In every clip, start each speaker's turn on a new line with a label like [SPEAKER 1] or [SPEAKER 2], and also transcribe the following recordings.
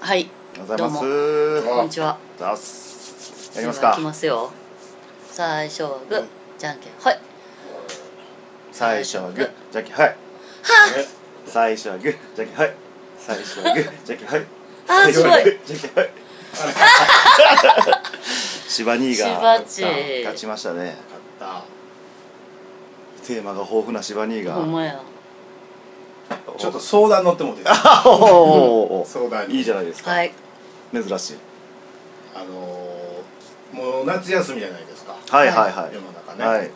[SPEAKER 1] はい
[SPEAKER 2] おはようございます
[SPEAKER 1] どこんにちは
[SPEAKER 2] ざっすやります
[SPEAKER 1] では
[SPEAKER 2] か
[SPEAKER 1] いきますよ最初はグーじゃんけんはい
[SPEAKER 2] 最初はグーじゃんけんはい
[SPEAKER 1] は
[SPEAKER 2] 最初はグーじゃんけんはい最初はグーじゃんけんはい
[SPEAKER 1] あー
[SPEAKER 2] 最初は
[SPEAKER 1] すご
[SPEAKER 2] グーじゃん けんはいシバニー
[SPEAKER 1] 芝
[SPEAKER 2] が
[SPEAKER 1] 地
[SPEAKER 2] 勝ちましたね
[SPEAKER 3] あ
[SPEAKER 2] テーマが豊富なシバニー
[SPEAKER 1] あ
[SPEAKER 2] が
[SPEAKER 1] ほんまや
[SPEAKER 3] ちょ っと相談乗ってもうて
[SPEAKER 2] あおーおーおー
[SPEAKER 3] 相談に
[SPEAKER 2] いいじゃないですか
[SPEAKER 1] はい
[SPEAKER 2] 珍しい
[SPEAKER 3] あのー、もう夏休みじゃないですか
[SPEAKER 2] はいはいはい
[SPEAKER 3] 世の中ね、
[SPEAKER 2] はい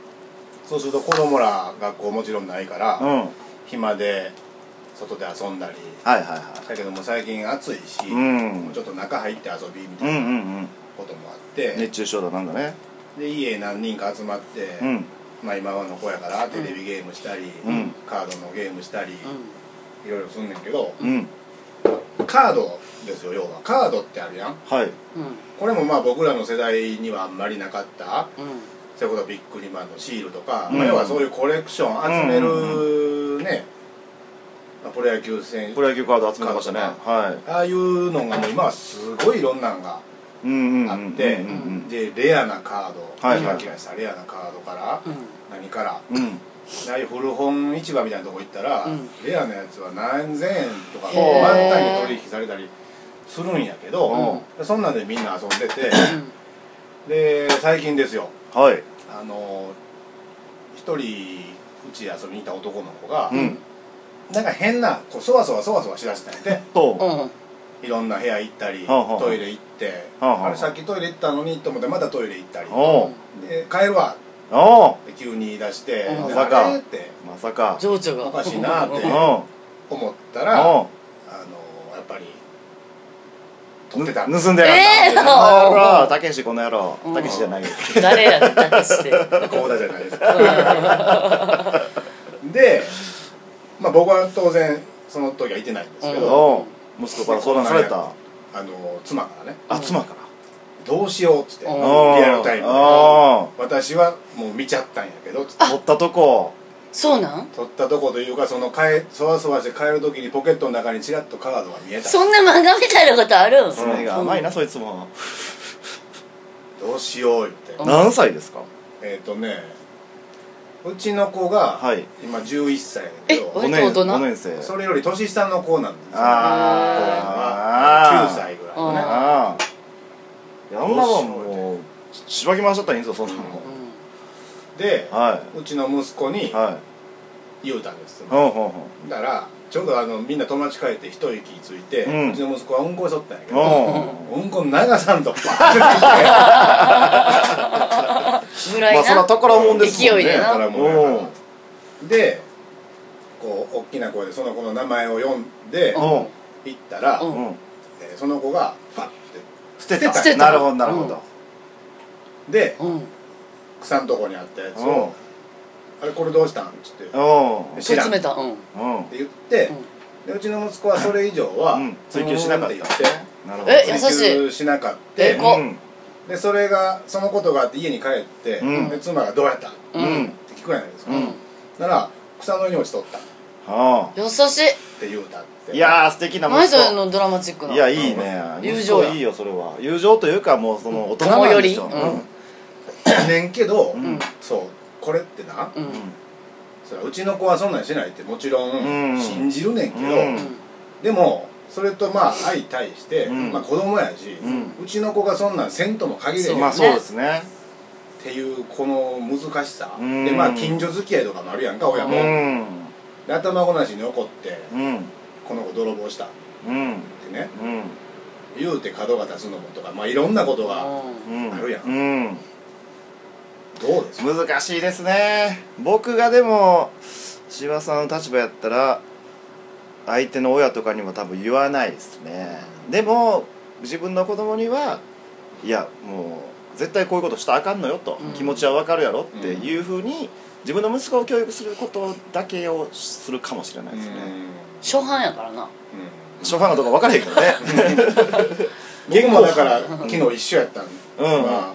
[SPEAKER 3] そうすると子供ら学校もちろんないから、
[SPEAKER 2] うんはい
[SPEAKER 3] 暇で外で遊んだり
[SPEAKER 2] はいは
[SPEAKER 3] だけども最近暑いし、
[SPEAKER 2] いうん
[SPEAKER 3] ちょっと中入って遊びみ
[SPEAKER 2] う
[SPEAKER 3] た
[SPEAKER 2] んう
[SPEAKER 3] いなん
[SPEAKER 2] うん
[SPEAKER 3] こともあって、
[SPEAKER 2] 熱中症だなんだね
[SPEAKER 3] で家何人か集まって、
[SPEAKER 2] うん
[SPEAKER 3] まあ今はの子やからテレビゲームしたり、
[SPEAKER 2] うん
[SPEAKER 3] カードのゲームしたり、
[SPEAKER 1] う
[SPEAKER 3] いろいろすんねんけど
[SPEAKER 2] うん
[SPEAKER 3] カードですよ要はカードってあるやん
[SPEAKER 2] は
[SPEAKER 1] ん
[SPEAKER 2] い
[SPEAKER 1] うん
[SPEAKER 3] これもまあ僕らの世代にはあんまりなかった
[SPEAKER 1] うん
[SPEAKER 3] それこそビックリマンのシールとか、
[SPEAKER 2] うん
[SPEAKER 3] まあ要はそういうコレクション集め
[SPEAKER 2] う
[SPEAKER 3] るね、まあプロ野球選
[SPEAKER 2] プ
[SPEAKER 3] 手
[SPEAKER 2] ロ野球カード集めてましたね
[SPEAKER 3] カー
[SPEAKER 2] は
[SPEAKER 3] ああいうのがもう今はすごいいろんなんが
[SPEAKER 2] いうんうんうん
[SPEAKER 3] あって、
[SPEAKER 2] うんうん
[SPEAKER 3] でレアなカード、
[SPEAKER 2] はいはい
[SPEAKER 3] キラキラしたレアなカードから、
[SPEAKER 1] うん
[SPEAKER 3] 何から
[SPEAKER 2] うん
[SPEAKER 3] ああいう古本市場みたいなとこ行ったら、
[SPEAKER 1] うん
[SPEAKER 3] レアなやつは何千円とか
[SPEAKER 1] へー
[SPEAKER 3] 満タンに取引されたりするんやけど、そんなんでみんな遊んで てで最近ですよ
[SPEAKER 2] はい
[SPEAKER 3] あの一人うち遊びに行った男の子が、
[SPEAKER 2] うん
[SPEAKER 3] なんか変なこうそわそわそわそわしだしたんや て
[SPEAKER 2] と
[SPEAKER 1] うんうん
[SPEAKER 3] いろんな部屋行ったり、
[SPEAKER 2] はあはあ
[SPEAKER 3] トイレ行って、
[SPEAKER 2] はあはあ
[SPEAKER 3] あれさっきトイレ行ったのにと思ってまたトイレ行ったり
[SPEAKER 2] おう
[SPEAKER 3] で帰るわ
[SPEAKER 2] おう
[SPEAKER 3] って急に言い出して
[SPEAKER 1] うん
[SPEAKER 3] で
[SPEAKER 2] まさか
[SPEAKER 3] あれって
[SPEAKER 2] まさか
[SPEAKER 1] 情緒が
[SPEAKER 3] おかしいなって
[SPEAKER 2] う
[SPEAKER 1] うん
[SPEAKER 2] ん
[SPEAKER 3] 思ったらあ
[SPEAKER 2] お
[SPEAKER 3] のやっぱ
[SPEAKER 2] う
[SPEAKER 3] り取ってたん
[SPEAKER 2] ぬ
[SPEAKER 3] です
[SPEAKER 2] 盗んでやが
[SPEAKER 1] え
[SPEAKER 2] っ
[SPEAKER 1] ー
[SPEAKER 2] たこの野郎たけしこの野郎
[SPEAKER 1] うん
[SPEAKER 2] たけしじゃないよ
[SPEAKER 1] 誰やねんだけして
[SPEAKER 3] 高田じゃないですかで、まあ、僕は当然その時はいてないんですけ
[SPEAKER 1] うん
[SPEAKER 3] ど、
[SPEAKER 2] おう息子から相談された
[SPEAKER 3] あの妻からね
[SPEAKER 2] あ妻から
[SPEAKER 3] 「どうしよう」っつってリ
[SPEAKER 1] うん
[SPEAKER 3] アルタイムで
[SPEAKER 2] おう
[SPEAKER 3] 私はもう見ちゃったんやけどつって
[SPEAKER 2] 取ったとこ
[SPEAKER 1] そうなん
[SPEAKER 3] 取ったとこというかその帰そわそわして帰る時にポケットの中にちらっとカードが見えた
[SPEAKER 1] そんな漫画みたいなことあるん
[SPEAKER 2] 爪が甘いな
[SPEAKER 1] うん
[SPEAKER 2] そいつも
[SPEAKER 3] どうしよう言って
[SPEAKER 1] うん
[SPEAKER 2] 何歳ですか
[SPEAKER 3] えっ、とねうちの子が
[SPEAKER 2] はい
[SPEAKER 3] 今11歳やけど、
[SPEAKER 1] え
[SPEAKER 2] 五
[SPEAKER 1] 割と大
[SPEAKER 2] 年
[SPEAKER 1] 人
[SPEAKER 2] 五年生
[SPEAKER 3] それより年下の子なんですよ
[SPEAKER 2] あー
[SPEAKER 3] 9歳ぐらいのね
[SPEAKER 1] あ
[SPEAKER 2] あああんなもんもうしばき回しちゃったらいいんですよそんなもん
[SPEAKER 3] で
[SPEAKER 2] は
[SPEAKER 3] うちの息子に
[SPEAKER 2] いはい
[SPEAKER 3] 言うたんですよ
[SPEAKER 2] ほんほんほん
[SPEAKER 3] だからちょうどあのみんな友達帰って一息ついて、
[SPEAKER 2] う
[SPEAKER 3] うんちの息子はうんこしとったんやけど
[SPEAKER 2] おう
[SPEAKER 3] うんこ流さん と
[SPEAKER 1] ぐらい
[SPEAKER 2] ま
[SPEAKER 1] な、
[SPEAKER 2] あそら宝物ですもん
[SPEAKER 1] 勢
[SPEAKER 2] ね
[SPEAKER 1] いでな
[SPEAKER 3] だからもうや
[SPEAKER 2] おう
[SPEAKER 3] からでこう大きな声でその子の名前を読んで
[SPEAKER 2] おう
[SPEAKER 3] 行ったら、
[SPEAKER 1] うん
[SPEAKER 2] うん
[SPEAKER 3] えーその子がパッて
[SPEAKER 2] 捨て
[SPEAKER 1] 捨てた
[SPEAKER 2] たなるほどなるほど
[SPEAKER 3] で
[SPEAKER 1] うん
[SPEAKER 3] 草のとこにあったやつ
[SPEAKER 2] おう
[SPEAKER 3] を「あれこれどうしたん?」っつって
[SPEAKER 2] おう
[SPEAKER 3] 「
[SPEAKER 1] 問
[SPEAKER 3] 知
[SPEAKER 1] い
[SPEAKER 3] らん」
[SPEAKER 1] 詰め
[SPEAKER 3] っ
[SPEAKER 1] たうんうん
[SPEAKER 2] うん
[SPEAKER 3] て言ってでうちの息子はそれ以上は
[SPEAKER 2] うん追求しなかった
[SPEAKER 3] うんって
[SPEAKER 2] なるほど
[SPEAKER 1] え
[SPEAKER 3] 言
[SPEAKER 1] 優
[SPEAKER 3] っ
[SPEAKER 1] しい
[SPEAKER 3] て追求しなかった
[SPEAKER 1] えこ
[SPEAKER 2] うん
[SPEAKER 3] でそれがそのことがあって家に帰って、
[SPEAKER 2] うん
[SPEAKER 3] で妻が「どうやった?」っ
[SPEAKER 1] う
[SPEAKER 2] うんん
[SPEAKER 3] て聞くやないですか、
[SPEAKER 1] う
[SPEAKER 3] だ
[SPEAKER 1] ん
[SPEAKER 3] なら草の上に落ちとったっ
[SPEAKER 2] あ
[SPEAKER 1] 優しい
[SPEAKER 3] て言うたって
[SPEAKER 2] あいやー素敵な息
[SPEAKER 1] 何それ
[SPEAKER 2] 子
[SPEAKER 1] のドラマチックない
[SPEAKER 2] やいいね
[SPEAKER 1] 友情や
[SPEAKER 2] 息子いいよそれは友情というかもうその大人なんでしょ
[SPEAKER 1] 友より
[SPEAKER 3] ねんけど、
[SPEAKER 2] う
[SPEAKER 1] うんん
[SPEAKER 3] そうこれってな、
[SPEAKER 1] うん
[SPEAKER 3] そらうちの子はそんなんしないってもちろ
[SPEAKER 2] うん
[SPEAKER 3] ん信じるねんけど、
[SPEAKER 2] うん
[SPEAKER 3] でもそれとまあ相対して、
[SPEAKER 2] うん
[SPEAKER 3] まあ、子供やし、うんちの子がそんなんせんとも限れへ
[SPEAKER 2] うん
[SPEAKER 3] ん
[SPEAKER 2] ま
[SPEAKER 3] っ
[SPEAKER 2] あそうですね
[SPEAKER 3] ていうこの難しさ、
[SPEAKER 2] うん
[SPEAKER 3] でまあ近所付き合いとかもあるやんか親
[SPEAKER 2] う
[SPEAKER 3] も、
[SPEAKER 2] ん
[SPEAKER 3] で頭ごなしに怒って
[SPEAKER 2] うん
[SPEAKER 3] この子泥棒したっ
[SPEAKER 2] うん
[SPEAKER 3] てね
[SPEAKER 2] うん
[SPEAKER 3] 言うて角が立つのもとかまあいろんなことが
[SPEAKER 2] うん
[SPEAKER 3] あるやん
[SPEAKER 2] うん
[SPEAKER 3] どうですか、
[SPEAKER 2] 難しいですね僕がでも司馬さんの立場やったら相手の親とかにも多分言わないですねでも自分の子供にはいやもう絶対こういうことしたらあかんのよと、
[SPEAKER 1] うん
[SPEAKER 2] 気持ちはわかるやろっていうふうに自分の息子を教育することだけをするかもしれないです
[SPEAKER 3] うん
[SPEAKER 2] ね
[SPEAKER 1] 初版やからな
[SPEAKER 3] うん
[SPEAKER 2] 初版のとこ分からへんけど ね
[SPEAKER 3] 僕もだから昨日一緒やったん
[SPEAKER 2] うん
[SPEAKER 3] まあ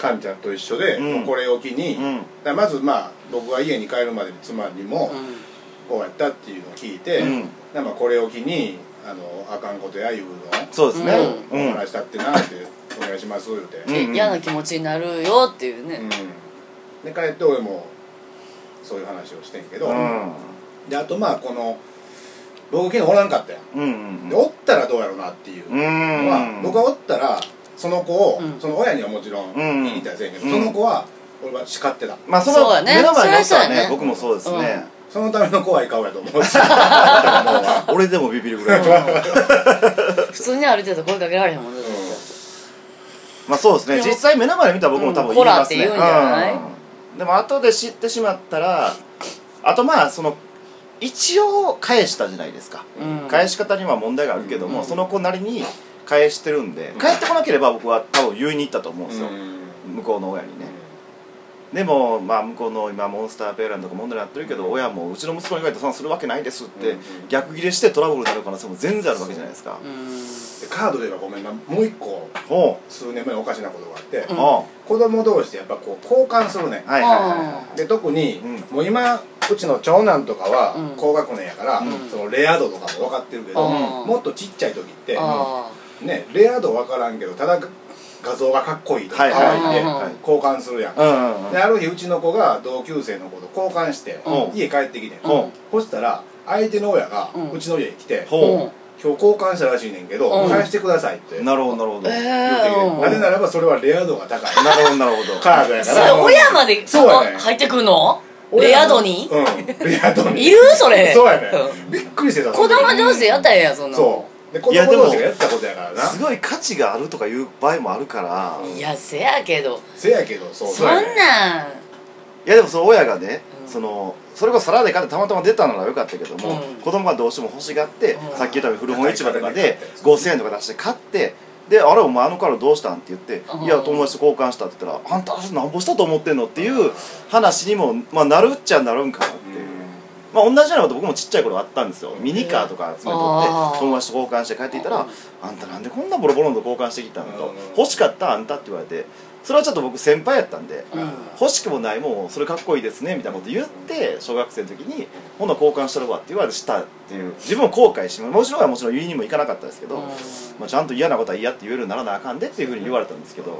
[SPEAKER 3] カンちゃんと一緒で、
[SPEAKER 2] うん
[SPEAKER 3] もうこれを機に、
[SPEAKER 2] うんうん
[SPEAKER 3] だからまずまあ僕は家に帰るまでに妻にも
[SPEAKER 1] うん
[SPEAKER 3] こうやったっていうのを聞いて、
[SPEAKER 2] うん
[SPEAKER 3] だからまあこれを機にあのあかんことやいうの
[SPEAKER 2] そうですね
[SPEAKER 3] お
[SPEAKER 2] うん、
[SPEAKER 3] 話したってなってお願いします言うて、
[SPEAKER 2] うん
[SPEAKER 1] で嫌な気持ちになるよっていうね、
[SPEAKER 3] うん、で帰って俺もそういう話をしてんけど、
[SPEAKER 2] うん
[SPEAKER 3] であとまあこの僕昨日おらんかったやん、
[SPEAKER 2] うん
[SPEAKER 3] でおったらどうやろうなっていう
[SPEAKER 2] う
[SPEAKER 3] の
[SPEAKER 2] ん
[SPEAKER 3] は、僕はおったらその子を、
[SPEAKER 1] うん
[SPEAKER 3] その親にはもちろん
[SPEAKER 2] うん
[SPEAKER 3] 言いたいせんけど、
[SPEAKER 2] うん
[SPEAKER 3] その子は俺は叱ってた
[SPEAKER 2] まあそ
[SPEAKER 1] そう
[SPEAKER 2] の
[SPEAKER 1] だね
[SPEAKER 2] 目の前におっ
[SPEAKER 1] そりゃ
[SPEAKER 2] たら
[SPEAKER 1] そうや
[SPEAKER 2] ね
[SPEAKER 1] ね
[SPEAKER 2] 僕もそうですね、
[SPEAKER 3] そのための怖い顔やと思 うし
[SPEAKER 2] 俺でもビビるぐらい、
[SPEAKER 1] 普通に歩いてたら声かけられへんもんね、
[SPEAKER 2] まあそうですね
[SPEAKER 1] でも
[SPEAKER 2] 実際目の前で見たら僕も多
[SPEAKER 1] うん
[SPEAKER 2] 分言いますね、
[SPEAKER 1] こらって言うんじゃない
[SPEAKER 2] うんでも後で知ってしまったらあとまあその一応返したじゃないですか、
[SPEAKER 1] うん
[SPEAKER 2] 返し方には問題があるけども、
[SPEAKER 1] うん
[SPEAKER 2] その子なりに返してるんで、
[SPEAKER 3] うん
[SPEAKER 2] 返ってこなければ僕は多分言いに行ったと思うんですよ、
[SPEAKER 3] う
[SPEAKER 2] 向こうの親にねでもまあ向こうの今モンスターペアランとか問題になってるけど、親もうちの息子に書いてそんなんするわけないですって、
[SPEAKER 3] うんうん
[SPEAKER 2] 逆ギレしてトラブルになる可能性も全然あるわけじゃないですか、
[SPEAKER 1] うん
[SPEAKER 3] でカードで言えばごめんなもう一個
[SPEAKER 2] ほ
[SPEAKER 3] 数年前におかしなことがあって、
[SPEAKER 2] う
[SPEAKER 1] うん
[SPEAKER 2] ほ
[SPEAKER 3] 子供同士でやっぱこう交換するねん
[SPEAKER 2] うはいはいはいはい
[SPEAKER 3] で特に、
[SPEAKER 2] うん
[SPEAKER 3] もう今うちの長男とかは
[SPEAKER 1] うん
[SPEAKER 3] 高学年やから、
[SPEAKER 1] うん
[SPEAKER 3] そのレア度とかも分かってるけど、
[SPEAKER 1] うん
[SPEAKER 3] もっとちっちゃい時って、
[SPEAKER 1] あ
[SPEAKER 3] ね、レア度分からんけどただ画像がかっこいいと
[SPEAKER 2] は
[SPEAKER 3] か
[SPEAKER 2] い
[SPEAKER 3] 可
[SPEAKER 2] はい
[SPEAKER 3] 愛いで、
[SPEAKER 1] うん
[SPEAKER 2] はい
[SPEAKER 3] 交換するやん、
[SPEAKER 2] うんうんうん
[SPEAKER 3] である日うちの子が同級生の子と交換して、
[SPEAKER 2] うん
[SPEAKER 3] 家帰ってきてん、
[SPEAKER 2] うん
[SPEAKER 3] そしたら相手の親が
[SPEAKER 1] うん
[SPEAKER 3] うちの家に来て、
[SPEAKER 1] あ
[SPEAKER 2] ほう
[SPEAKER 3] 今日交換したらしいねんけど、
[SPEAKER 1] うん
[SPEAKER 3] 返してくださいって言って
[SPEAKER 2] なるほどなるほど、
[SPEAKER 1] え
[SPEAKER 2] なる
[SPEAKER 3] き
[SPEAKER 1] え
[SPEAKER 3] て
[SPEAKER 1] ーうん
[SPEAKER 3] なぜならばそれはレア度が高い
[SPEAKER 2] ほどなるほ ど
[SPEAKER 3] カードやか
[SPEAKER 1] そ
[SPEAKER 3] ら
[SPEAKER 1] れ親まで
[SPEAKER 3] そうやね
[SPEAKER 1] あ入ってくんのレア度に
[SPEAKER 3] うんレア度に
[SPEAKER 1] いるそれ
[SPEAKER 3] そうやね
[SPEAKER 1] う
[SPEAKER 3] びっくりしてた
[SPEAKER 1] 子供同士でやったらええやんそんな
[SPEAKER 3] そ
[SPEAKER 1] も
[SPEAKER 3] うで子
[SPEAKER 2] いやで
[SPEAKER 3] 供
[SPEAKER 2] も
[SPEAKER 3] 同士がやったことやからな
[SPEAKER 2] すごい価値があるとかいう場合もあるから、
[SPEAKER 1] ん
[SPEAKER 2] い
[SPEAKER 1] いやせやけど
[SPEAKER 3] せやけどそう
[SPEAKER 1] そんなん
[SPEAKER 2] やでもその親がね、
[SPEAKER 1] うん
[SPEAKER 2] そのそれこそサラダで買ってたまたま出たならよかったけど
[SPEAKER 1] う
[SPEAKER 2] も、
[SPEAKER 1] ん
[SPEAKER 2] 子供がどうしても欲しがって、
[SPEAKER 1] うん
[SPEAKER 2] さっき言ったように古本市場とか
[SPEAKER 3] 買い
[SPEAKER 2] で
[SPEAKER 3] 買い買い
[SPEAKER 2] 5000円とか出して買ってで「あれお前あのカードどうしたん?」って言って「
[SPEAKER 1] うん
[SPEAKER 2] いや友達と交換した」って言ったら「あんたなんぼしたと思ってんの?」っていう話にも、まあ、なるっちゃなるんかなっていう。まあ、同じようなこと僕もちっちゃい頃あったんですよミニカーとか集めとって
[SPEAKER 1] あー
[SPEAKER 2] 友達と交換して帰っていた
[SPEAKER 1] う
[SPEAKER 2] ら
[SPEAKER 1] ん
[SPEAKER 2] 「あんたなんでこんなボロボロのと交換してきたの?」
[SPEAKER 3] う
[SPEAKER 2] と
[SPEAKER 3] ん
[SPEAKER 2] 「欲しかったあんた」って言われてそれはちょっと僕先輩やったんで
[SPEAKER 1] うん
[SPEAKER 2] 「欲しくもないもうそれかっこいいですね」みたいなこと言って小学生の時に「ほな交換したるわ」って言われてしたっていう自分も後悔しまもちろんはもちろん言いにも行かなかったですけど、
[SPEAKER 1] うん
[SPEAKER 2] まあ、ちゃんと嫌なことは嫌って言えるようにならなあかんでっていうふうに言われたんですけど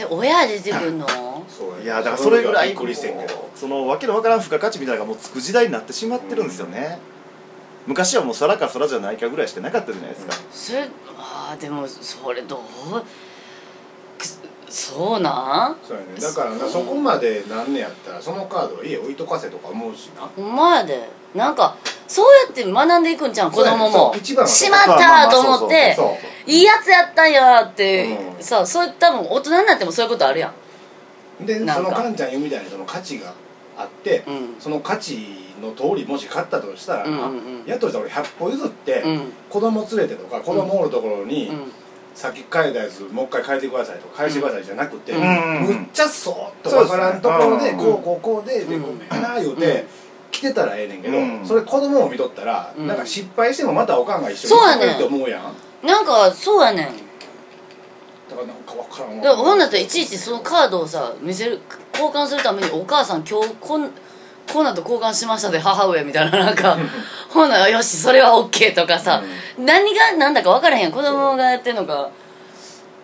[SPEAKER 1] えー親出てくんの
[SPEAKER 3] そう
[SPEAKER 2] いやだからそれぐらい
[SPEAKER 3] びっくりしてんけど
[SPEAKER 2] そのわけのわからん付加価値みたいなのがもうつく時代になってしまってるんですよね、昔はもう皿か皿じゃないかぐらいしかなかったじゃないですか、
[SPEAKER 1] それあーでもそれどうくそうなん
[SPEAKER 3] そうやねだからなそこまでなんねやったらそのカードは家置いとかせとか思うしな
[SPEAKER 1] ほんまやでなんかそうやって学んでいくんじゃん
[SPEAKER 3] そ
[SPEAKER 1] 子
[SPEAKER 3] うやね
[SPEAKER 1] 供も
[SPEAKER 3] そう一番は
[SPEAKER 1] しまったと思って
[SPEAKER 3] そう
[SPEAKER 1] いいやつやったんやって
[SPEAKER 3] うん
[SPEAKER 1] さそう多分大人になってもそういうことあるやん
[SPEAKER 3] で
[SPEAKER 1] なん
[SPEAKER 3] そ
[SPEAKER 1] か
[SPEAKER 3] のカンちゃん言うみたいにその価値があって
[SPEAKER 1] うん
[SPEAKER 3] その価値の通りもし買ったとしたらな
[SPEAKER 1] うんうんうん
[SPEAKER 3] やっとしたら俺100歩譲って
[SPEAKER 1] うん
[SPEAKER 3] 子供連れてとか子供おるところに
[SPEAKER 1] うん
[SPEAKER 3] さっき変えたやつもう一回変えてくださいとか返してくださいじゃなくて、
[SPEAKER 1] うん
[SPEAKER 3] むっちゃそうと分からんところで
[SPEAKER 2] うん
[SPEAKER 3] こうこうこうでで
[SPEAKER 1] うん
[SPEAKER 3] ごめんな言う
[SPEAKER 1] うん
[SPEAKER 3] て来てたらええねんけど、
[SPEAKER 2] うん
[SPEAKER 3] それ子供を見とったら、
[SPEAKER 1] うん
[SPEAKER 3] なんか失敗してもまたおかんが一緒
[SPEAKER 1] そうや
[SPEAKER 3] に
[SPEAKER 1] ねん
[SPEAKER 3] って思うやん
[SPEAKER 1] なんかそうやねん
[SPEAKER 3] だからなんか分からん
[SPEAKER 1] だから
[SPEAKER 3] わ
[SPEAKER 1] ほんだったらいちいちそのカードをさ見せる交換するためにお母さん今日こんこんなんと交換しましたで母上みたいななんかほんならよしそれは OK とかさ、何が何だか分からへんやん子供がやってんのか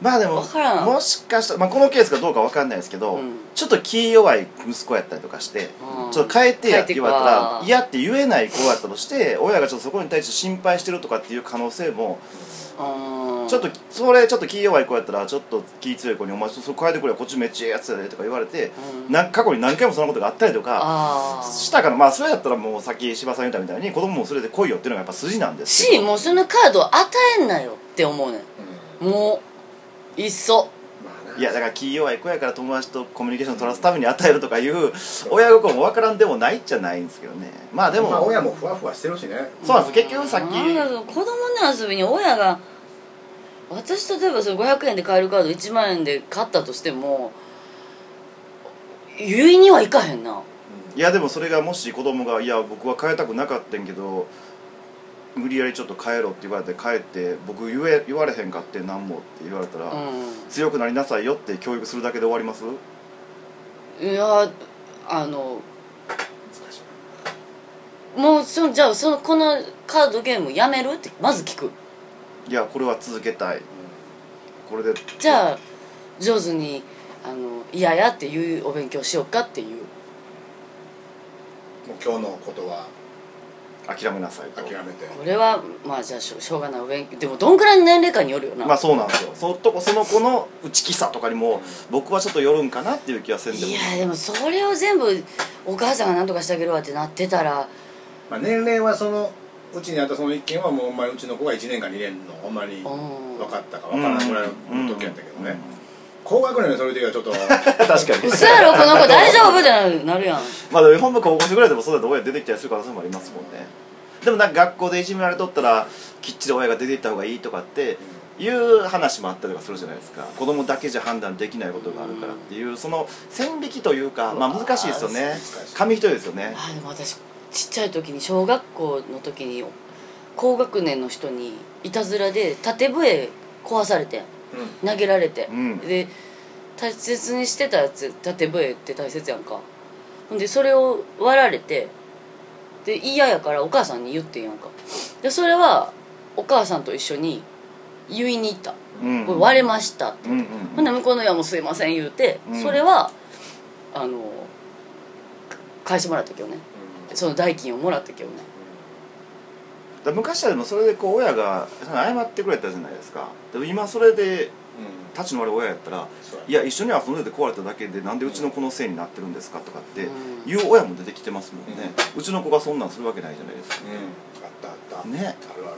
[SPEAKER 2] まあでも
[SPEAKER 1] わからん
[SPEAKER 2] もしかしたら、まあ、このケースがどうかわかんないですけど、
[SPEAKER 1] うん
[SPEAKER 2] ちょっと気弱い息子やったりとかして、
[SPEAKER 1] うん
[SPEAKER 2] ちょっと変えてやって言われたら
[SPEAKER 1] 変えてか
[SPEAKER 2] 嫌って言えない子やったとして親がちょっとそこに対して心配してるとかっていう可能性も、
[SPEAKER 1] うん
[SPEAKER 2] ちょっとそれちょっと気弱い子やったらちょっと気強い子に「お前それ変えてくれよこっちめっちゃええやつやで」とか言われて、
[SPEAKER 1] うん
[SPEAKER 2] なんか過去に何回もそんなことがあったりとか
[SPEAKER 1] ああ
[SPEAKER 2] したからまあそれやったらもうさっき柴さん言ったみたいに子供も連れて来いよっていうのがやっぱ筋なんですけ
[SPEAKER 1] し
[SPEAKER 2] ど
[SPEAKER 1] もうそのカードを与えんなよって思うねんもういっそ
[SPEAKER 2] いやだから気弱い子やから友達とコミュニケーション取らすために与えるとかいう親心もわからんでもないっちゃないんですけどねまあで
[SPEAKER 3] で
[SPEAKER 2] も、
[SPEAKER 3] も、まあ、親もふわふわしてるしね
[SPEAKER 2] そうなんです結局さっき
[SPEAKER 1] なんだろう子供の遊びに親が私例えばその500円で買えるカード1万円で買ったとしても言いにはいかへんない
[SPEAKER 2] やでもそれがもし子供が「いや僕は変えたくなかったんけど無理やりちょっと帰ろ」って言われて帰って「僕言え言われへんかってなんも」って言われたら、
[SPEAKER 1] う
[SPEAKER 2] 強くなりなさいよ」って教育するだけで終わります
[SPEAKER 1] んいやあの
[SPEAKER 3] 難しい
[SPEAKER 1] もうそのじゃあそのこのカードゲームやめるってまず聞く
[SPEAKER 2] いやこれは続けたいこれで
[SPEAKER 1] じゃあ上手に「あの嫌や」っていうお勉強しようかっていう
[SPEAKER 3] もう今日のことは
[SPEAKER 2] 諦めなさいと
[SPEAKER 3] 諦めて
[SPEAKER 1] これはまあじゃあしょしょうがないお勉強でもどんくらいの年齢かによるよな、
[SPEAKER 2] まあそうなんですよそっとこその子の内気さとかにも僕はちょっとよるんかなっていう気はせんでも
[SPEAKER 1] いやでもそれを全部お母さんが何とかしてあげるわってなってた ら
[SPEAKER 3] まあ、年齢はそのうちにあったその一件はもうほんまにうちの子が1年か2年のほんまに
[SPEAKER 1] うん
[SPEAKER 3] 分かったか分からないぐらいの時やったけどね、高学年のそれ時はちょっと
[SPEAKER 2] 確かに
[SPEAKER 1] 嘘やろこの子大丈夫ってなるな るやん
[SPEAKER 2] まあでも本部高校生ぐらいでもそうだと親出てきたりする可能性もありますもんねでもなんか学校でいじめられとったらきっちり親が出ていった方がいいとかっていう話もあったりとかするじゃないですか子供だけじゃ判断できないことがあるからっていうその線引きというかまあ難しいですよね紙一重ですよね
[SPEAKER 1] あでも私ちっちゃい時に小学校の時に高学年の人にいたずらで縦笛壊されて
[SPEAKER 3] う
[SPEAKER 1] 投げられて、
[SPEAKER 2] うん
[SPEAKER 1] で大切にしてたやつ縦笛って大切やんかほんでそれを割られてで嫌やからお母さんに言ってんやんかでそれはお母さんと一緒に言いに行った
[SPEAKER 2] う
[SPEAKER 1] 「
[SPEAKER 2] ん
[SPEAKER 1] これ割れました」
[SPEAKER 2] うんうん
[SPEAKER 1] ほんで向こうの親も「すいません」言うて、
[SPEAKER 2] うん
[SPEAKER 1] それはあの返してもらったけどね
[SPEAKER 3] ん
[SPEAKER 1] その代金をもらったけどね
[SPEAKER 2] だから昔はでもそれでこう親が謝ってくれたじゃないですかでも今それで
[SPEAKER 3] うん
[SPEAKER 2] 立ちの悪い親やったら
[SPEAKER 3] そう
[SPEAKER 2] いや一緒に遊んでて壊れただけでなんでうちの子のせいになってるんですかとかって
[SPEAKER 1] うん
[SPEAKER 2] 言う親も出てきてますもんね、うちの子がそんなんするわけないじゃないですか
[SPEAKER 3] うんあったあった
[SPEAKER 2] ね
[SPEAKER 3] あるある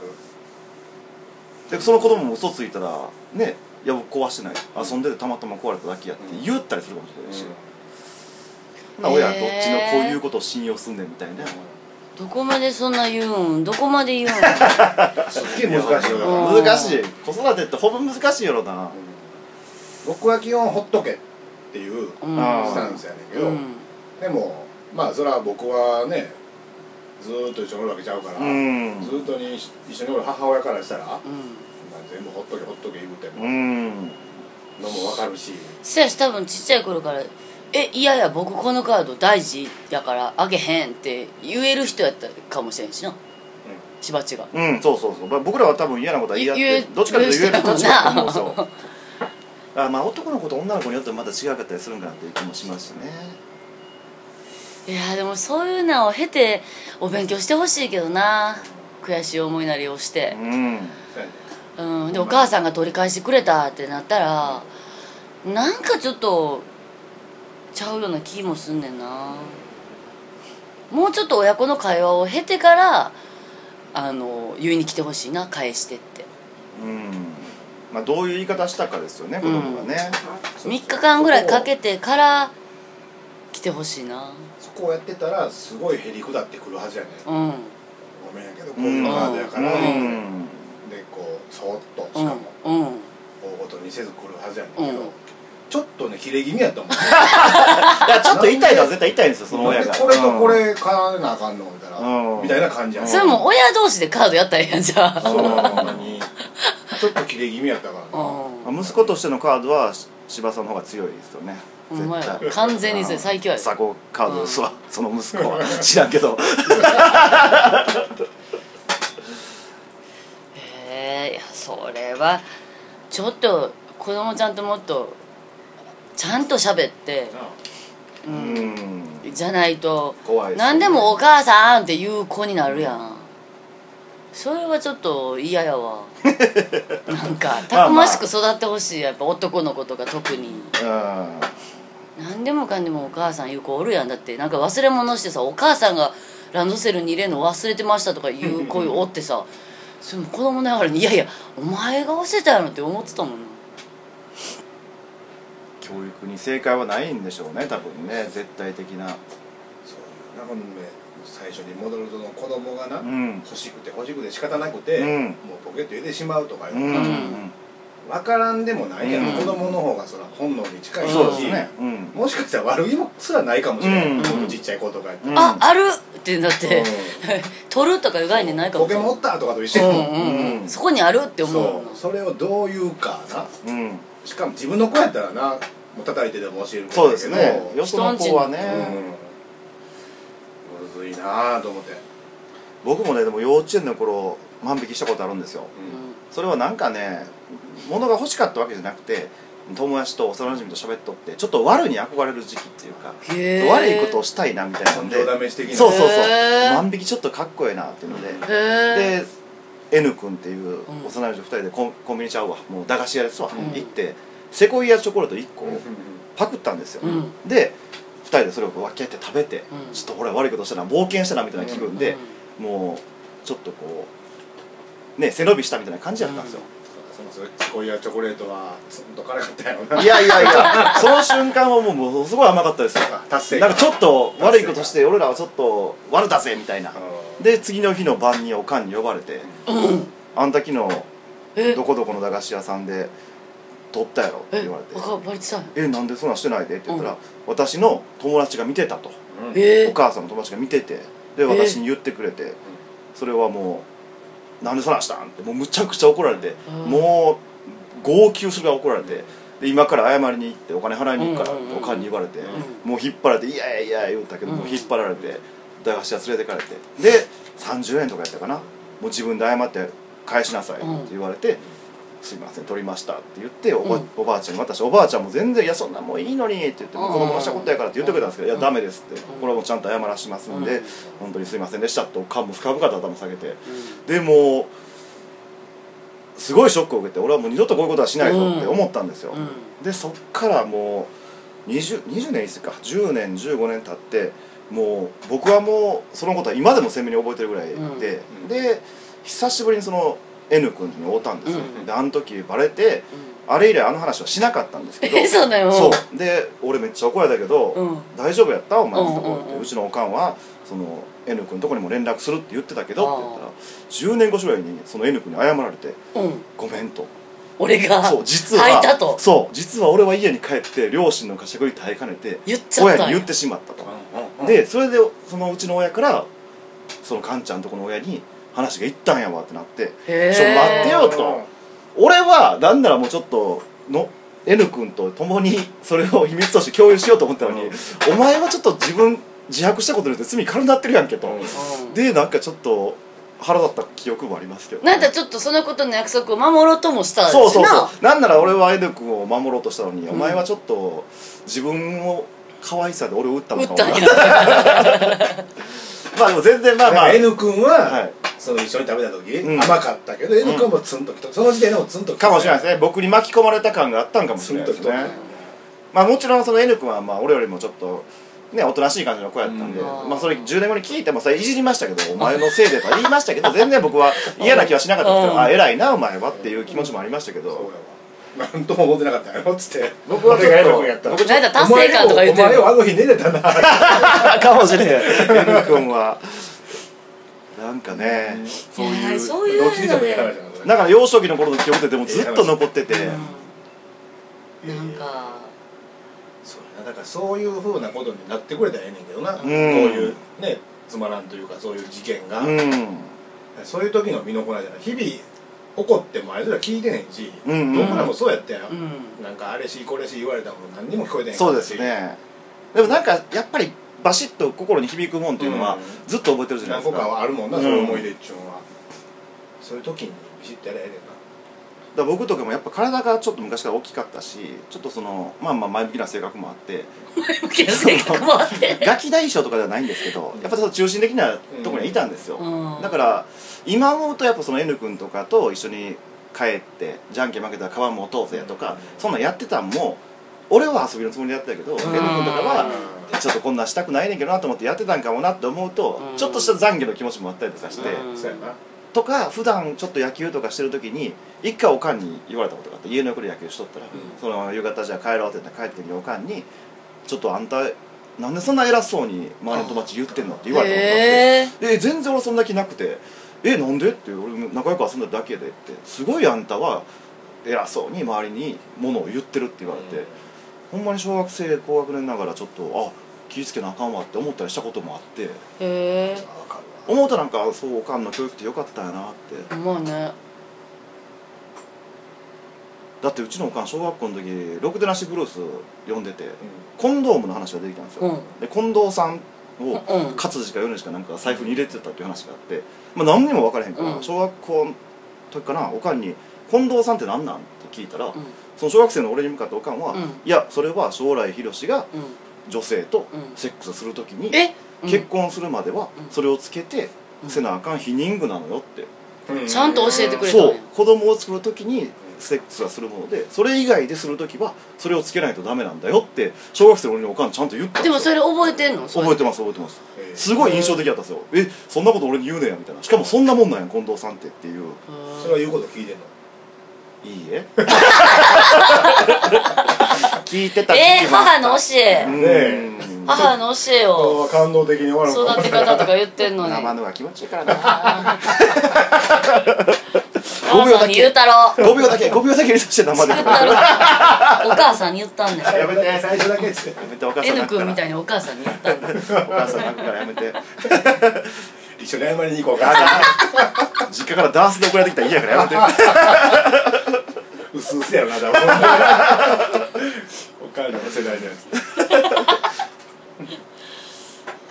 [SPEAKER 2] でその子供も嘘ついたらねいや僕壊してない遊んでてたまたま壊れただけやって言ったりするかもしれないし、ほな親はどっちのこういうことを信用すんねんみたいな、
[SPEAKER 1] どこまでそんな言うんどこま で言うん
[SPEAKER 3] すっげえ難しいよだから、
[SPEAKER 1] うん
[SPEAKER 2] 難しい子育てってほぼ難しいやろな、
[SPEAKER 3] 僕は基本ほっとけっていうス
[SPEAKER 1] うん
[SPEAKER 2] あ
[SPEAKER 3] タンスやねんけ
[SPEAKER 1] う
[SPEAKER 3] ど、
[SPEAKER 1] ん
[SPEAKER 3] でもまあそれは僕はねずーっと一緒におるわけちゃうから、
[SPEAKER 2] うん
[SPEAKER 3] ずーっとに一緒におる母親からしたら、まあ
[SPEAKER 1] うん
[SPEAKER 3] 全部ほっとけほっとけ言うても
[SPEAKER 2] うん
[SPEAKER 3] のもわかるし、
[SPEAKER 1] そやし多分ちっちゃい頃から「えいやいや僕このカード大事やからあげへん」って言える人やったかもしれんしなしばちが
[SPEAKER 2] うん、そうそうそうまあ僕らは多分嫌なことは言い合っ
[SPEAKER 1] 言
[SPEAKER 2] て
[SPEAKER 1] え
[SPEAKER 2] どっちかというと言える
[SPEAKER 1] 言え
[SPEAKER 2] 立
[SPEAKER 1] て
[SPEAKER 2] 場
[SPEAKER 1] るも
[SPEAKER 2] だと
[SPEAKER 1] んな
[SPEAKER 2] 思うんですよあまあ男の子と女の子によってもまた違かったりするんかなという気もしますしね
[SPEAKER 1] いやでもそういうのを経てお勉強してほしいけどな悔しい思いなりをして
[SPEAKER 2] うん
[SPEAKER 3] そうやね
[SPEAKER 1] うんでお母さんが取り返してくれたってなったらなんかちょっとちゃうような気もすんねんなもうちょっと親子の会話を経てからあの言いに来てほしいな返してって
[SPEAKER 2] うんまあどういう言い方したかですよね子供がね、
[SPEAKER 1] 3日間ぐらいかけてから来てほしいな
[SPEAKER 3] そこをやってたらすごいへりくだってくるはずやねん
[SPEAKER 1] うん
[SPEAKER 3] ごめんやけどこういうカードやから、
[SPEAKER 1] うん
[SPEAKER 3] でこうそーっと
[SPEAKER 1] う
[SPEAKER 3] し
[SPEAKER 1] ん
[SPEAKER 3] かも
[SPEAKER 1] うん
[SPEAKER 3] 大ごとにせず来るはずやねんけど、
[SPEAKER 1] うん
[SPEAKER 3] ちょっとね切れ気味やっ たもんね
[SPEAKER 2] いやちょっと痛いのは絶対痛いんですよその親が
[SPEAKER 3] なんでこれとこれ買わなあかんのみたいな、
[SPEAKER 2] うん
[SPEAKER 3] みたいな感じやねん
[SPEAKER 1] それも親同士でカードやったらええやんじゃあ
[SPEAKER 3] そうほんまにちょっと切れ気味やったから
[SPEAKER 1] う
[SPEAKER 3] な、
[SPEAKER 2] うんん息子としてのカードは柴さんの方が強いですよね
[SPEAKER 1] ほんまや完全にそれ最強やで
[SPEAKER 2] サコカードですわ、その息子は 知らんけど
[SPEAKER 1] へえいやそれはちょっと子供ちゃんともっとちゃんと喋って、う
[SPEAKER 2] うんん
[SPEAKER 1] じゃないと
[SPEAKER 2] 怖いですよね
[SPEAKER 1] 何でも「お母さん」って言う子になるやん、それはちょっと嫌やわなんかたくましく育ってほしいやっぱ男の子とか特に
[SPEAKER 2] うん
[SPEAKER 1] 何でもかんでも「お母さん」言う子おるやんだってなんか忘れ物してさお母さんがランドセルに入れるの忘れてましたとか言う子おってさそれも子供ながらに「いやいやお前が忘れたやろ」って思ってたもんな
[SPEAKER 2] 教育に正解はないんでしょうね多分ね絶対的な
[SPEAKER 3] そうなほんで最初に戻るとの子供がな、
[SPEAKER 2] うん
[SPEAKER 3] 欲しくて欲しくて仕方なくて、
[SPEAKER 2] うん
[SPEAKER 3] もうポケット入れてしまうとかいうう、
[SPEAKER 2] ん、
[SPEAKER 1] ん
[SPEAKER 3] 分からんでもないやん、
[SPEAKER 2] うん
[SPEAKER 3] 子供の方がそら本能に近いし、
[SPEAKER 2] そうですね、うん
[SPEAKER 3] もしかしたら悪気もすらないかもしれない、
[SPEAKER 2] うん
[SPEAKER 3] このちっちゃい子とかやったら、
[SPEAKER 1] ああるってなって、
[SPEAKER 3] うん
[SPEAKER 1] 取るとかいう概念ないかも
[SPEAKER 3] ポ
[SPEAKER 1] し
[SPEAKER 3] ケ
[SPEAKER 1] れない
[SPEAKER 3] モンおったとかと一緒に、
[SPEAKER 1] うんうんう、
[SPEAKER 2] うんん
[SPEAKER 1] そこにあるって思うも
[SPEAKER 3] そ
[SPEAKER 1] んな
[SPEAKER 3] うそれをどう言うかな
[SPEAKER 2] うん、
[SPEAKER 3] しかも自分の子やったらなもう叩いてでも教える
[SPEAKER 2] そう
[SPEAKER 3] もん
[SPEAKER 2] で
[SPEAKER 3] やけ
[SPEAKER 2] す
[SPEAKER 3] ど
[SPEAKER 2] ねよその子は
[SPEAKER 3] うん
[SPEAKER 2] ね
[SPEAKER 3] むずいなあと思って
[SPEAKER 2] 僕もねでも幼稚園の頃万引きしたことあるんですよそれはなんかね物が欲しかったわけじゃなくて友達と幼馴染と喋っとってちょっと悪に憧れる時期っていうか
[SPEAKER 1] へえ
[SPEAKER 2] 悪いことをしたいなみたいなんで
[SPEAKER 3] 感情試し的な
[SPEAKER 2] そうそうそう
[SPEAKER 1] へー
[SPEAKER 2] 万引きちょっとかっこええなっていうので、
[SPEAKER 1] へえ
[SPEAKER 2] で N 君っていう
[SPEAKER 1] うん
[SPEAKER 2] 幼馴染2人でコンコンビニちゃうわもう駄菓子屋ですわ、
[SPEAKER 1] うん
[SPEAKER 2] 行ってセコイアチョコレート1個
[SPEAKER 3] う
[SPEAKER 2] を
[SPEAKER 3] ん
[SPEAKER 2] パクったんですよ、
[SPEAKER 1] うん
[SPEAKER 2] で2人でそれを分けて食べて、
[SPEAKER 1] うん
[SPEAKER 2] ちょっと俺は悪いことしたな冒険したなみたいな気分で、
[SPEAKER 1] う
[SPEAKER 2] もうちょっとこうね背伸びしたみたいな感じだったんですよ、
[SPEAKER 3] そもそもこういうチョコレートはつんと辛かったよない
[SPEAKER 2] やいやいやその瞬間はもうものすごい甘かったですよ
[SPEAKER 3] 達成
[SPEAKER 2] な
[SPEAKER 3] 感
[SPEAKER 2] んかちょっと悪いことして俺らはちょっと悪だぜみたいな
[SPEAKER 3] うん
[SPEAKER 2] で次の日の晩におかんに呼ばれて
[SPEAKER 1] うん
[SPEAKER 2] 「あんた昨日
[SPEAKER 1] え
[SPEAKER 2] どこどこの駄菓子屋さんで取ったやろ」って
[SPEAKER 1] え
[SPEAKER 2] 言われて
[SPEAKER 1] わかバレてたんや
[SPEAKER 2] 「えなんでそんなんしてないで?」って言ったら、
[SPEAKER 1] うん
[SPEAKER 2] 私の友達が見てたと、
[SPEAKER 3] うん
[SPEAKER 1] え
[SPEAKER 2] お母さんの友達が見ててで私に言ってくれて、それはもう「なんでそんなんしたん?」ってもうむちゃくちゃ怒られて、
[SPEAKER 1] うん
[SPEAKER 2] もう号泣するぐらい怒られて。で今から謝りに行ってお金払いに行くから
[SPEAKER 1] う
[SPEAKER 2] っ
[SPEAKER 1] んうん
[SPEAKER 2] て
[SPEAKER 1] うん
[SPEAKER 2] おかんに言われて、
[SPEAKER 1] う
[SPEAKER 2] もう引っ張られて「いやいやいや」言ったけど、
[SPEAKER 1] うん
[SPEAKER 2] もう引っ張られて駄菓子屋連れてかれてで30円とかやったかなもう自分で謝って返しなさいって言われて、すいません取りました」って言っておば,、
[SPEAKER 1] うん
[SPEAKER 2] おばあちゃんに私おばあちゃんも全然「いやそんなもういいのに」って言って「
[SPEAKER 1] うん
[SPEAKER 2] 子供がしたことやから」って言ってくれたんですけど「いや
[SPEAKER 1] うん
[SPEAKER 2] ダメです」って「これはもうちゃんと謝らしますんで、
[SPEAKER 1] うん
[SPEAKER 2] 本当にすいませんでした」とかも深々と頭下げてでもうすごいショックを受けて俺はもう二度とこういうことはしないぞって思ったんですよ、
[SPEAKER 1] うんうん
[SPEAKER 2] でそっからもう 20, 20年いつか10年15年経ってもう僕はもうそのことは今でも鮮明に覚えてるぐらいで、
[SPEAKER 1] うん
[SPEAKER 2] で久しぶりにその N 君に会うたんですよ、
[SPEAKER 1] うん
[SPEAKER 2] であの時バレて
[SPEAKER 1] う
[SPEAKER 2] あれ以来あの話はしなかったんですけ ど
[SPEAKER 1] えそうなの
[SPEAKER 2] そうで俺めっちゃ怒られたけど、
[SPEAKER 1] うん
[SPEAKER 2] 大丈夫やったお前のところって、
[SPEAKER 1] う
[SPEAKER 2] うん
[SPEAKER 1] うんうん
[SPEAKER 2] ちのおかんはその N 君のとこにも連絡するって言ってたけどって言った
[SPEAKER 1] あ
[SPEAKER 2] ら10年越しぐらいにその N 君に謝られて
[SPEAKER 1] んうん
[SPEAKER 2] 「ごめん」と
[SPEAKER 1] 俺が
[SPEAKER 2] そう実は
[SPEAKER 1] 吐いたと
[SPEAKER 2] そう実は俺は家に帰って両親の貸し借り耐えかねて
[SPEAKER 1] 言っちゃっ
[SPEAKER 2] 親
[SPEAKER 1] たん
[SPEAKER 2] に
[SPEAKER 1] や
[SPEAKER 2] 言ってしまったと、
[SPEAKER 3] うん
[SPEAKER 2] でそれでそのうちの親からそのカンちゃんとこの親に話がいったんやわってなって
[SPEAKER 1] へー
[SPEAKER 2] ちょ待ってよと俺はなんならもうちょっとの N 君と共にそれを秘密として共有しようと思ったのに、
[SPEAKER 3] うん
[SPEAKER 2] お前はちょっと自分自白したことによって罪軽なってるやんけと、
[SPEAKER 1] うん
[SPEAKER 2] でなんかちょっと腹立った記憶もありますけど
[SPEAKER 1] なんかちょっとそのことの約束を守ろうともしたしな
[SPEAKER 2] そうそうそうなんなら俺は N 君を守ろうとしたのに、お前はちょっと自分を可愛さで俺を撃ったの
[SPEAKER 1] 打
[SPEAKER 2] か
[SPEAKER 1] っ
[SPEAKER 2] も
[SPEAKER 1] たん
[SPEAKER 2] な
[SPEAKER 1] や
[SPEAKER 2] まあでも全然まあま
[SPEAKER 3] ま
[SPEAKER 2] あ、
[SPEAKER 3] あ N 君
[SPEAKER 2] は
[SPEAKER 3] はいその一緒に食べた時
[SPEAKER 2] うん
[SPEAKER 3] 甘かったけど N 君もツンときたその時点でもツンときた
[SPEAKER 2] かもしれないですね僕に巻き込まれた感があったんかもし
[SPEAKER 3] ツ
[SPEAKER 2] れな
[SPEAKER 3] ン
[SPEAKER 2] い
[SPEAKER 3] と
[SPEAKER 2] で
[SPEAKER 3] き
[SPEAKER 2] す
[SPEAKER 3] た
[SPEAKER 2] ねまあもちろんその N 君はまあ俺よりもちょっとねおとなしい感じの子やったんで、
[SPEAKER 1] うん
[SPEAKER 2] まあそれ10年後に聞いてもさいじりましたけどお前のせいでとは言いましたけど全然僕は嫌な気はしなかったんですけ
[SPEAKER 1] う
[SPEAKER 2] ど
[SPEAKER 1] ん
[SPEAKER 2] あ偉いなお前はっていう気持ちもありましたけ
[SPEAKER 3] そう
[SPEAKER 2] ど
[SPEAKER 3] やわなんとも思ってなかった やろっつって
[SPEAKER 2] 僕はちょっと
[SPEAKER 3] 俺が N 君やったら
[SPEAKER 2] 僕
[SPEAKER 1] なんか達成感とか言って
[SPEAKER 3] お前
[SPEAKER 1] る
[SPEAKER 3] よあの日寝れたな
[SPEAKER 2] かもしれない N 君はなんかね、そう
[SPEAKER 1] いや
[SPEAKER 2] いう
[SPEAKER 1] そういうの
[SPEAKER 3] 同期でやられたから
[SPEAKER 2] だから幼少期の頃の記憶ってでもずっと残ってて、
[SPEAKER 1] うんなんか
[SPEAKER 3] そうやなだからそういうふうなことになってくれたらええねんけどな、こういうねつまらんというかそういう事件が、
[SPEAKER 2] うん、
[SPEAKER 3] そういう時の身のこなしじゃない日々怒ってもあいつら聞いてねんし、
[SPEAKER 2] うんうん
[SPEAKER 3] 僕らもそうやったよ、
[SPEAKER 1] うん
[SPEAKER 3] なんかあれしこれし言われたもん何にも聞こえてへんか
[SPEAKER 2] そう
[SPEAKER 3] った
[SPEAKER 2] で
[SPEAKER 3] し
[SPEAKER 2] すねでもなんかやっぱりバシッと心に響くもんっていうのは
[SPEAKER 3] うん
[SPEAKER 2] ずっと覚えてるじゃない
[SPEAKER 3] 何
[SPEAKER 2] です
[SPEAKER 3] 個
[SPEAKER 2] か
[SPEAKER 3] かはあるもんな、
[SPEAKER 2] うん
[SPEAKER 3] そういう思い出っちゅうんはそういう時にビシッとやれええねんな
[SPEAKER 2] だから僕とかもやっぱ体がちょっと昔から大きかったしちょっとそのまあまあ前向きな性格もあって
[SPEAKER 1] 前向きな性格もあって
[SPEAKER 2] ガキ大将とかではないんですけどやっぱちょっと中心的なところにはいたんですよ、
[SPEAKER 1] うん
[SPEAKER 2] だから今思うとやっぱその N 君とかと一緒に帰ってじゃんけん負けたらカバン持とうぜとか、
[SPEAKER 3] うん
[SPEAKER 2] そんなんやってたんも俺は遊びのつもりでやってたけど、N 君とか
[SPEAKER 1] うん
[SPEAKER 2] はちょっとこんなんしたくないねんけどなと思ってやってたんかもなって思うと、
[SPEAKER 1] うん
[SPEAKER 2] ちょっとした懺悔の気持ちもあったりとかして、
[SPEAKER 1] うん
[SPEAKER 3] そうやな
[SPEAKER 2] とか普段ちょっと野球とかしてる時に一回おかんに言われたことがあって家の横で野球しとったら、
[SPEAKER 3] ん
[SPEAKER 2] その夕方じゃあ帰ろうって言って帰ってきておかんに「ちょっとあんたなんでそんな偉そうに周りの友達言ってんの?」って言われたことがあって。
[SPEAKER 1] へ
[SPEAKER 2] で全然俺そんな気なくて「えなんで?」って俺も仲良く遊んだだけでって「すごいあんたは偉そうに周りにものを言ってる」って言われて、ほんまに小学生高学年ながらちょっとあ気ぃつけなあかんわって思ったりしたこともあって
[SPEAKER 1] えへえ
[SPEAKER 3] あ分かるわ
[SPEAKER 2] 思うとなんかそうおかんの教育ってよかったんやなって
[SPEAKER 1] まあね
[SPEAKER 2] だってうちのおかん小学校の時「ろくでなしブルース」読んでて
[SPEAKER 3] う
[SPEAKER 2] コンドームの話が出てきたんですよ、
[SPEAKER 1] うん
[SPEAKER 2] で近藤さんを
[SPEAKER 1] うん
[SPEAKER 2] 勝つ時か夜しかなんか財布に入れてたっていう話があって、まあ、何にも分からへんから、
[SPEAKER 1] うん
[SPEAKER 2] 小学校の時かなおかんに「近藤さんって何なん?」って聞いたら、
[SPEAKER 1] うん
[SPEAKER 2] その小学生の俺に向かっておかんは「
[SPEAKER 1] うん
[SPEAKER 2] いやそれは将来ひろしが
[SPEAKER 1] うん
[SPEAKER 2] 女性と
[SPEAKER 1] うん
[SPEAKER 2] セックスする時に、
[SPEAKER 1] えうん
[SPEAKER 2] 結婚するまでは
[SPEAKER 1] うん
[SPEAKER 2] それをつけて
[SPEAKER 1] うん
[SPEAKER 2] せなあかん避妊具なのよ」って、
[SPEAKER 1] ちゃんと教えてくれたん
[SPEAKER 2] そ
[SPEAKER 1] や
[SPEAKER 2] う子供を作る時にセックスはするものでそれ以外でする時はそれをつけないとダメなんだよって小学生の俺におかんちゃんと言ったん
[SPEAKER 1] でもそ
[SPEAKER 2] よ
[SPEAKER 1] れ覚えてんのそれ
[SPEAKER 2] 覚えてます覚えてます
[SPEAKER 3] えー
[SPEAKER 2] すごい印象的だったんですよえそんなこと俺に言うねやみたいなしかもそんなもんなんや近藤さんってっていう
[SPEAKER 1] う
[SPEAKER 3] それは
[SPEAKER 1] ん
[SPEAKER 3] 言うこと聞いてんの
[SPEAKER 2] いい え聞いてた
[SPEAKER 1] えー、
[SPEAKER 2] 時期もあった
[SPEAKER 1] 母の教え
[SPEAKER 2] うん
[SPEAKER 3] ねえ
[SPEAKER 1] 母の教えを
[SPEAKER 3] あー感動的に終わるのか
[SPEAKER 1] 育て方とか言ってんのに
[SPEAKER 2] 生
[SPEAKER 1] 母
[SPEAKER 2] のが気持ちいいからな
[SPEAKER 1] さんに言うたろ
[SPEAKER 2] 5秒だけ5秒だけ入れさせ て生で
[SPEAKER 1] 言うたろお母さんに言ったんだよ
[SPEAKER 2] やめて
[SPEAKER 3] 最初だけっつって
[SPEAKER 2] やめてお母さん
[SPEAKER 1] N
[SPEAKER 2] 泣くか
[SPEAKER 1] 君みた
[SPEAKER 2] ら
[SPEAKER 1] いにお母さんに言ったんだよ
[SPEAKER 2] お母さん泣くからやめて
[SPEAKER 3] 一緒に謝りに行こうか
[SPEAKER 2] 実家からダンスで送られてきたら嫌やからやめて
[SPEAKER 3] うすうすやろな多分 お母さんの世代のやつ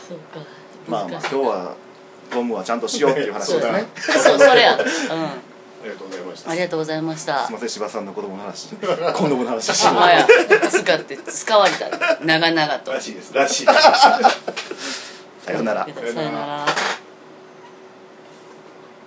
[SPEAKER 1] そうか
[SPEAKER 2] まあまあ今
[SPEAKER 1] 難しい
[SPEAKER 2] 日はゴムはちゃんとしようっていう話
[SPEAKER 1] そう
[SPEAKER 2] です
[SPEAKER 1] だ
[SPEAKER 2] ね
[SPEAKER 1] ねそうそれやう
[SPEAKER 3] ありがとうございまし
[SPEAKER 1] ん
[SPEAKER 3] た
[SPEAKER 1] ありがとうございました
[SPEAKER 2] すいません柴さんの子供の話今度もの話でし
[SPEAKER 1] まあや使って使われた長々と
[SPEAKER 3] らしいですらしい
[SPEAKER 2] たよなら
[SPEAKER 1] さよなら